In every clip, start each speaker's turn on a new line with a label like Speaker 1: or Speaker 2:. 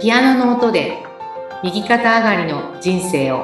Speaker 1: ピアノの音で右肩上がりの人生を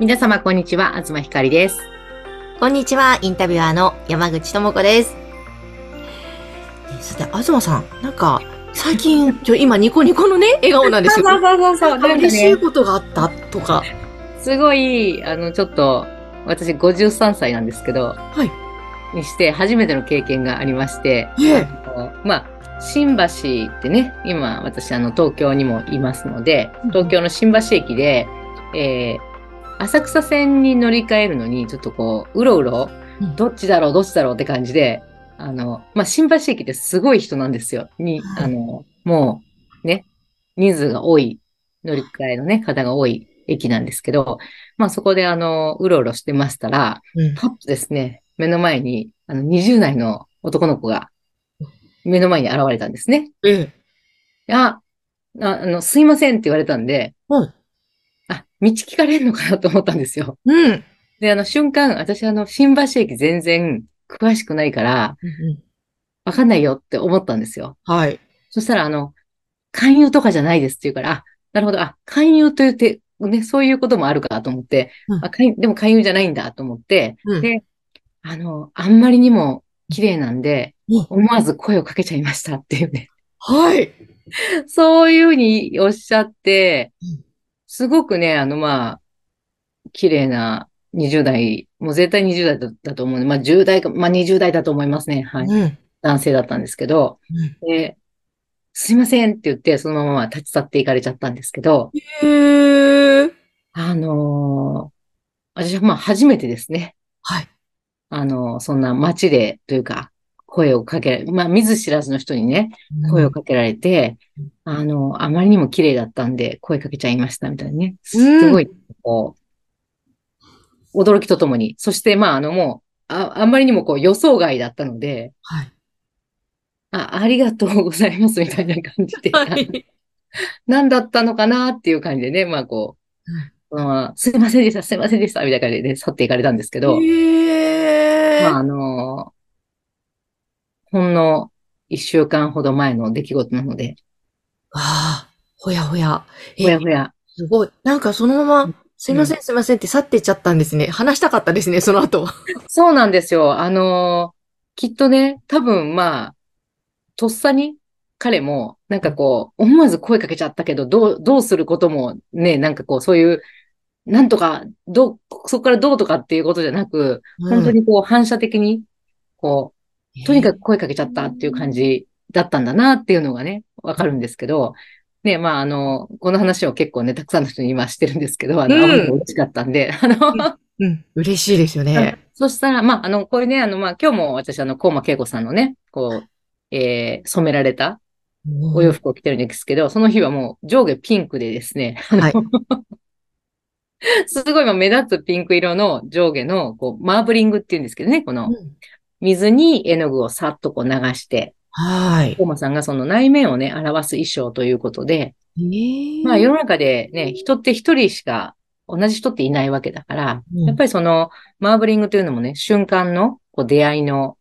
Speaker 1: 皆様こんにちは東ひかりです
Speaker 2: こんにちは、インタビュアーの山口智子です。えさて、東さん、なんか、最近、ちょ、今、ニコニコのね、笑顔なんですよ。
Speaker 1: そうそうそなんか
Speaker 2: 嬉しい
Speaker 1: ね
Speaker 2: ことがあったとか。
Speaker 1: すごいあのちょっと私53歳なんですけど
Speaker 2: はい。
Speaker 1: にして初めての経験がありまして
Speaker 2: え
Speaker 1: まあ、新橋ってね、今私あの東京にもいますので、東京の新橋駅で、えー浅草線に乗り換えるのに、ちょっとこう、うろうろ
Speaker 2: うん、
Speaker 1: どっちだろう、どっちだろうって感じで、あの、まあ、新橋駅ってすごい人なんですよ。に、
Speaker 2: はい
Speaker 1: あの、もう、ね、人数が多い、乗り換えのね、方が多い駅なんですけど、まあ、そこであの、うろうろしてましたら、
Speaker 2: うん
Speaker 1: パッとですね、目の前に、あの、20代の男の子が、目の前に現れたんですね。
Speaker 2: ええ
Speaker 1: あ、ああの、すいませんって言われたんで、
Speaker 2: はい
Speaker 1: あ、道聞かれるのかなと思ったんですよ。
Speaker 2: うん。
Speaker 1: で、あの、瞬間、私、あの、新橋駅全然詳しくないから、わかんないよって思ったんですよ。
Speaker 2: はい。
Speaker 1: そしたら、あの、勧誘とかじゃないですって言うから、あ、なるほど、あ、勧誘と言って、ね、そういうこともあるかと思って、
Speaker 2: うん
Speaker 1: あ勧誘でも勧誘じゃないんだと思って、
Speaker 2: うん
Speaker 1: であの、あんまりにも綺麗なんで、
Speaker 2: うん
Speaker 1: 思わず声をかけちゃいましたっていうね。
Speaker 2: はい。
Speaker 1: そういうふうにおっしゃって
Speaker 2: うん、
Speaker 1: すごくね、あの、まあ、綺麗な20代、もう絶対20代だだと思うんで、まあ10代か、まあ20代だと思いますね。はい。
Speaker 2: うん。
Speaker 1: 男性だったんですけど、ですいませんって言って、そのまま立ち去っていかれちゃったんですけど、
Speaker 2: へえ。
Speaker 1: あのー私はまあ初めてですね。
Speaker 2: はい。
Speaker 1: あのーそんな街でというか、声をかけ、まあ見ず知らずの人にね、声をかけられて、あの、あまりにも綺麗だったんで、声かけちゃいましたみたいなね。す
Speaker 2: うん
Speaker 1: すごい、こう、驚きとともに。そして、まあ、あの、もう、あ、あまりにもこう予想外だったので、
Speaker 2: はい。
Speaker 1: あ、ありがとうございますみたいな感じで、
Speaker 2: はい。
Speaker 1: 何だったのかなっていう感じでね、まあ、こう
Speaker 2: うん、
Speaker 1: そのまますいませんでした、すいませんでした、みたいな感じでね去っていかれたんですけ ど、
Speaker 2: へえ。
Speaker 1: まあ、あの、ほんの一週間ほど前の出来事なので、
Speaker 2: ああ、ほやほや。え
Speaker 1: ほやほや、
Speaker 2: すごい。なんかそのまま、すいません、すいませんって去っていっちゃったんですね。話したかったですね、その後。
Speaker 1: そうなんですよ。あのーきっとね、多分まあ、とっさに彼も、なんかこう、思わず声かけちゃったけど、どう、どうすることもね、なんかこう、そういう、なんとか、どう、そこからどうとかっていうことじゃなく、本当にこう、反射的に、こ
Speaker 2: うん、
Speaker 1: う、とにかく声かけちゃったっていう感じだったんだなっていうのがね、わかるんですけど、ね、まあ、あの、この話を結構ね、たくさんの人に今してるんですけど、あの、
Speaker 2: うん
Speaker 1: あまりにも嬉しかったんで、あの、
Speaker 2: うん、嬉しいですよね。
Speaker 1: そしたら、まあ、あの、これね、あの、まあ、今日も私、あの、コウマ恵子さんのね、こう、えー染められたお洋服を着てるんですけど、その日はもう上下ピンクでですね、
Speaker 2: はい。
Speaker 1: すごいまあ目立つピンク色の上下の、こう、マーブリングっていうんですけどね、この
Speaker 2: うん
Speaker 1: 水に絵の具をさっとこう流して、
Speaker 2: はい。
Speaker 1: コウマさんがその内面をね、表す衣装ということで、まあ、世の中でね、人って一人しか、同じ人っていないわけだから、
Speaker 2: うん
Speaker 1: やっぱりその、マーブリングというのもね、瞬間のこう出会いの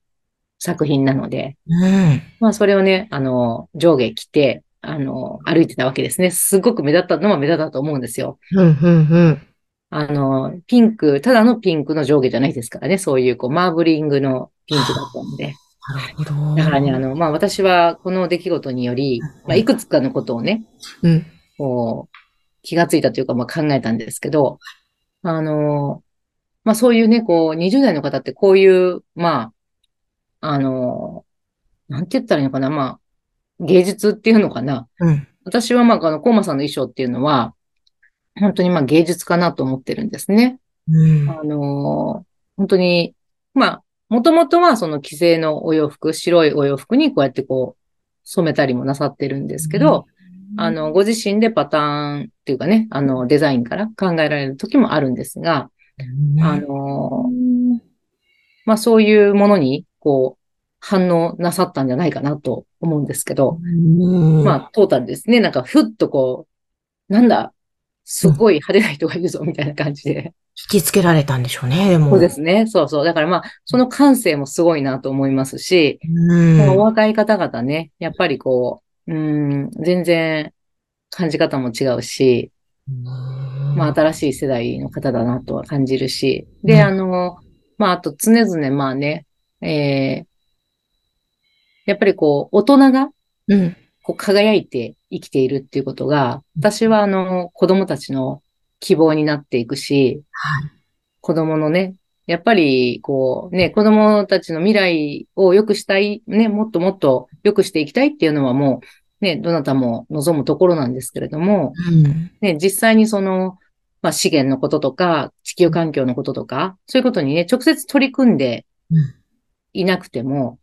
Speaker 1: 作品なので、
Speaker 2: うん。
Speaker 1: まあ、それをね、あの、上下着て、あの、歩いてたわけですね。すごく目立ったのは目立ったと思うんですよ。
Speaker 2: うん、うん、うん。
Speaker 1: あの、ピンク、ただのピンクの上下じゃないですからね。そういう、こう、マーブリングのピンクだったので。
Speaker 2: なるほど。
Speaker 1: だからね、あの、まあ、私はこの出来事により、まあ、いくつかのことをね、
Speaker 2: うん。
Speaker 1: こう、気がついたというか、まあ、考えたんですけど、あの、まあ、そういうね、こう、20代の方ってこういう、まあ、あの、なんて言ったらいいのかな、まあ、芸術っていうのかな。
Speaker 2: うん。
Speaker 1: 私はまあ、あの、コーマさんの衣装っていうのは、本当にまあ芸術かなと思ってるんですね。
Speaker 2: うん。
Speaker 1: あのー本当に、まあ、もともとはその既製のお洋服、白いお洋服にこうやってこう、染めたりもなさってるんですけど、あの、ご自身でパターンっていうかね、あの、デザインから考えられる時もあるんですが、
Speaker 2: うん、
Speaker 1: あのーまあそういうものに、こう、反応なさったんじゃないかなと思うんですけど、
Speaker 2: うん、
Speaker 1: まあ、トータルですね。なんか、ふっとこう、なんだ、すごい派手な人がいるぞ、みたいな感じで。
Speaker 2: 引きつけられたんでしょうね、でも。
Speaker 1: そうですね。そうそう。だからまあ、その感性もすごいなと思いますし、
Speaker 2: うん。
Speaker 1: まあお若い方々ね、やっぱりこう、うん、全然感じ方も違うし、まあ、新しい世代の方だなとは感じるし、
Speaker 2: うん
Speaker 1: で、あの、まあ、あと常々まあね、えー、やっぱりこう、大人が
Speaker 2: うん。
Speaker 1: こう輝いて生きているっていうことが、私はあの、子供たちの希望になっていくし、
Speaker 2: はい。
Speaker 1: 子供のね、やっぱり、こう、ね、子供たちの未来を良くしたい、ね、もっともっと良くしていきたいっていうのはもう、ね、どなたも望むところなんですけれども、
Speaker 2: うん。
Speaker 1: ね、実際にその、まあ、資源のこととか、地球環境のこととか、そういうことにね、直接取り組んで
Speaker 2: うん
Speaker 1: いなくても、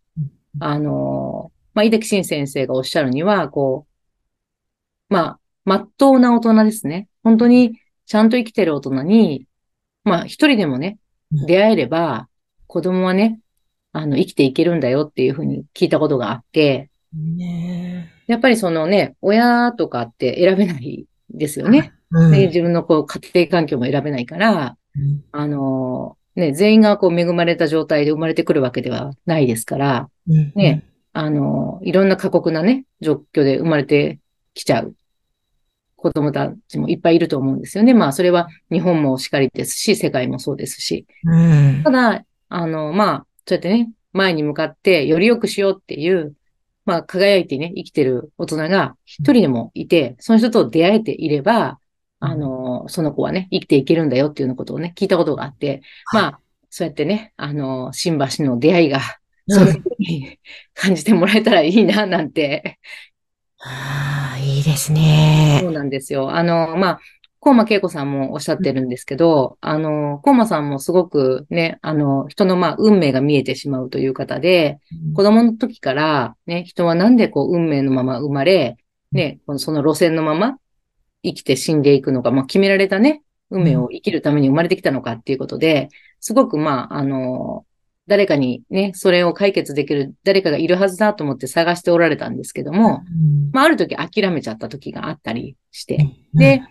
Speaker 1: あの、まあ、井出慎先生がおっしゃるには、こう、まあ、まっとうな大人ですね。本当にちゃんと生きてる大人に、まあ、一人でもね、
Speaker 2: うん
Speaker 1: 出会えれば、子供はね、あの、生きていけるんだよっていうふうに聞いたことがあって、
Speaker 2: ね
Speaker 1: やっぱりそのね、親とかって選べないですよね。
Speaker 2: うん
Speaker 1: で、自分のこう家庭環境も選べないから、
Speaker 2: うん
Speaker 1: あのーね、全員がこう恵まれた状態で生まれてくるわけではないですから、
Speaker 2: うん
Speaker 1: ねあのーいろんな過酷なね、状況で生まれてきちゃう子供たちもいっぱいいると思うんですよね。まあ、それは日本もしかりですし、世界もそうですし。
Speaker 2: うん
Speaker 1: ただ、あの、まあ、そうやってね、前に向かってより良くしようっていう、まあ、輝いてね、生きてる大人が一人でもいて、その人と出会えていれば、あの、その子はね、生きていけるんだよっていうようなことをね、聞いたことがあって、まあ、そうやってね、あの、新橋の出会いが、そういうふうに 感じてもらえたらいいな、なんて。
Speaker 2: ああ、いいですね。
Speaker 1: そうなんですよ。あの、まあ、コーマ恵子さんもおっしゃってるんですけど、あの、コーマさんもすごくね、あの、人のまあ、運命が見えてしまうという方で、子供の時から、ね、人はなんでこう運命のまま生まれ、ね、このその路線のまま生きて死んでいくのか、まあ、決められたね、運命を生きるために生まれてきたのかっていうことで、すごくまあ、あの、誰かにね、それを解決できる誰かがいるはずだと思って探しておられたんですけども、
Speaker 2: うん
Speaker 1: まあ、ある時諦めちゃった時があったりして、
Speaker 2: うん
Speaker 1: で、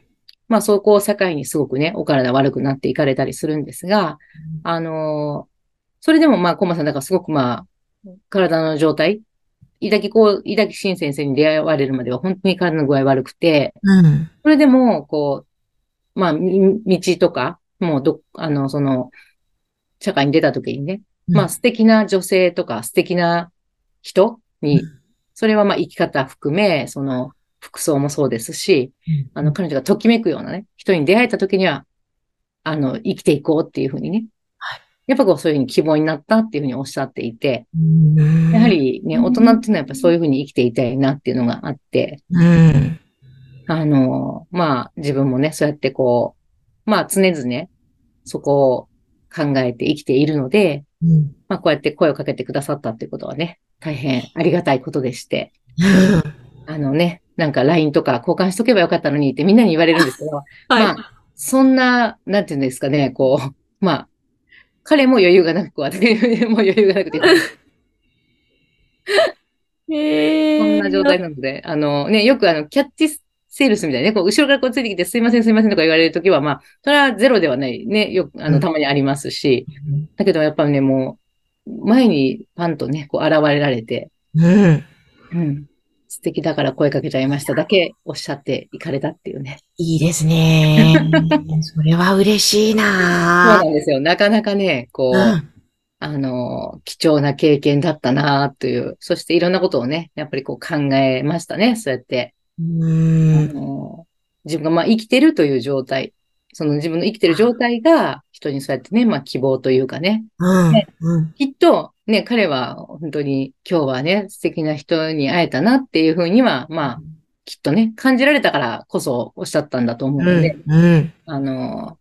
Speaker 1: まあそこを境にすごくね、お体悪くなっていかれたりするんですが、あのーそれでもまあ、コマさん、だからすごくまあ、体の状態、伊滝こう、伊滝新先生に出会われるまでは本当に体の具合悪くて、
Speaker 2: うん。
Speaker 1: それでも、こう、まあ、み道とか、もうど、あの、その、社会に出た時にね、まあ素敵な女性とか素敵な人に、それはまあ生き方含め、その服装もそうですし、あの、彼女がときめくようなね、人に出会えた時には、あの、生きていこうっていうふうにね
Speaker 2: はい。
Speaker 1: やっぱこうそういうふうに希望になったっていうふうにおっしゃっていて、
Speaker 2: うん
Speaker 1: やは、りね、
Speaker 2: うん
Speaker 1: 大人っていうのはやっぱそういうふうに生きていたいなっていうのがあって、
Speaker 2: うん。
Speaker 1: あの、まあ自分もね、そうやってこう、まあ常々そこを考えて生きているので、
Speaker 2: うん
Speaker 1: まあこうやって声をかけてくださったっていうことはね、大変ありがたいことでして、あのね、なんか LINE とか交換しとけばよかったのにってみんなに言われるんですけど、ま
Speaker 2: は
Speaker 1: あ、そんな、なんていうんですかね、こう、まあ、彼も余裕がなく、私も余裕がなくて、
Speaker 2: い。え
Speaker 1: こんな状態なので、あのね、よくあの、キャッチセールスみたいなね、こう、後ろからこうついてきて、すいません、すいませんとか言われるときは、まあ、それはゼロではない、ね、よく、あ
Speaker 2: う
Speaker 1: の、
Speaker 2: ん
Speaker 1: たまにありますし、
Speaker 2: うん
Speaker 1: だけどやっぱね、もう、前にパンとね、こう、現れられて、
Speaker 2: うん。
Speaker 1: うん、素敵だから声かけちゃいましただけおっしゃっていかれたっていうね。
Speaker 2: いいで すね。それは嬉しい
Speaker 1: そう
Speaker 2: な
Speaker 1: な。んですよ。なかなかね、こう、
Speaker 2: うん
Speaker 1: あの、貴重な経験だったなという、そしていろんなことをね、やっぱりこう考えましたね、そうやって。
Speaker 2: う
Speaker 1: あ
Speaker 2: ん。
Speaker 1: の自分がまあ生きてるという状態、その自分の生きてる状態が人にそうやってね、まあ希望というかね、
Speaker 2: うん
Speaker 1: ね
Speaker 2: うん。
Speaker 1: きっとね、彼は本当に今日はね、素敵な人に会えたなっていうふうには、まあ、きっとね、感じられたからこそおっしゃったんだと思う
Speaker 2: う
Speaker 1: ので、
Speaker 2: ん。うん。
Speaker 1: あの、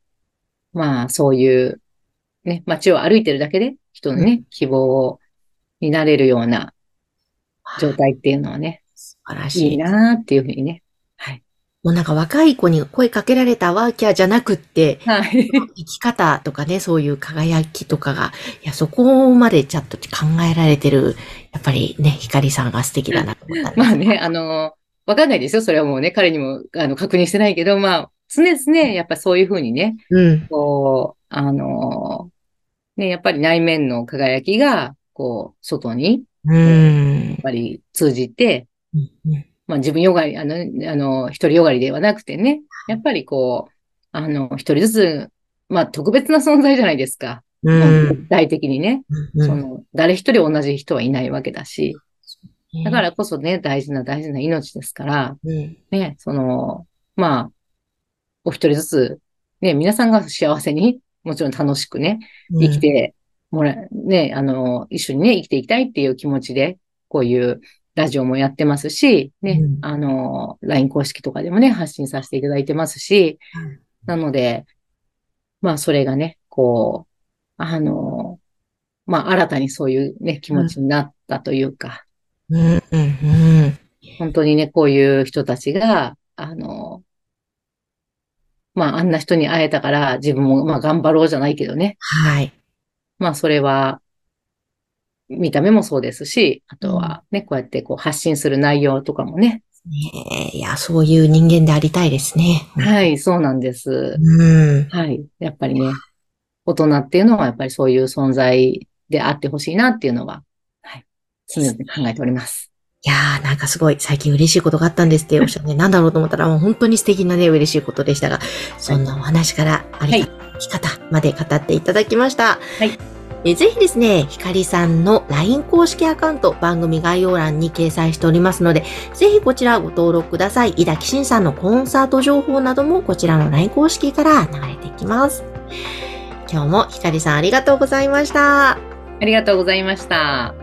Speaker 1: まあ、そういう、ね、街を歩いてるだけで、人のね、希望になれるような状態っていうのはね、
Speaker 2: 素晴らし
Speaker 1: いい
Speaker 2: い。
Speaker 1: なーっていうふうにね。はい。
Speaker 2: もうなんか若い子に声かけられたワーキャーじゃなくって、
Speaker 1: はい。
Speaker 2: 生き方とかね、そういう輝きとかが、いや、そこまでちゃんと考えられてる、やっぱりね、光さんが素 敵だなと思ったんです。
Speaker 1: まあね、あの、わかんないですよ。それはもうね、彼にも、あの、確認してないけど、まあ、常々、やっぱそういうふうにね、
Speaker 2: うん。
Speaker 1: こう、あのーね、やっぱり内面の輝きが、こう、外に、
Speaker 2: うん
Speaker 1: やっ。ぱり通じて、
Speaker 2: うん
Speaker 1: まあ自分よがり、あの、あの、一人よがりではなくてね、やっぱりこう、あの、一人ずつ、まあ特別な存在じゃないですか。
Speaker 2: うん。
Speaker 1: 具体的にね、
Speaker 2: う
Speaker 1: そ
Speaker 2: ん。、
Speaker 1: の、誰一人同じ人はいないわけだし、だかららこそね、大事な大事な命ですから、
Speaker 2: うん。
Speaker 1: ね、その、まあ、お一人ずつ、ね、皆さんが幸せに、もちろん楽しくね、生きてもら、ね、あの、一緒にね、生きていきたいっていう気持ちで、こういうラジオもやってますし、ね、
Speaker 2: うん
Speaker 1: あの、LINE 公式とかでもね、発信させていただいてますし、
Speaker 2: うん
Speaker 1: なので、まあ、それがね、こう、あの、まあ、新たにそういうね、気持ちになったというか、
Speaker 2: うん。うん。
Speaker 1: 本当にね、こういう人たちが、あの、まあ、あんな人に会えたから、自分も、まあ、頑張ろうじゃないけどね。
Speaker 2: はい。
Speaker 1: まあ、それは、見た目もそうですし、あとはね、こうやってこう発信する内容とかもね。
Speaker 2: ねえいや、そういう人間でありたいですね。
Speaker 1: はい、そうなんです。
Speaker 2: うん。
Speaker 1: はい。やっぱりね、大人っていうのはやっぱりそういう存在であってほしいなっていうのは、はい。常々考えております。
Speaker 2: いやー、なんかすごい、最近嬉しいことがあったんですっておっしゃって、なんだろうと思ったら、もう本当に素敵なね、嬉しいことでしたが、そんなお話から、ありが生き方まで語っていただきました。
Speaker 1: はい
Speaker 2: えぜひですね、ひかりさんの LINE 公式アカウント、番組概要欄に掲載しておりますので、ぜひこちらご登録ください。井田紀信さんのコンサート情報なども、こちらの LINE 公式から流れていきます。今日もひかりさんありがとうございまし
Speaker 1: あ
Speaker 2: た。
Speaker 1: りがとうございました。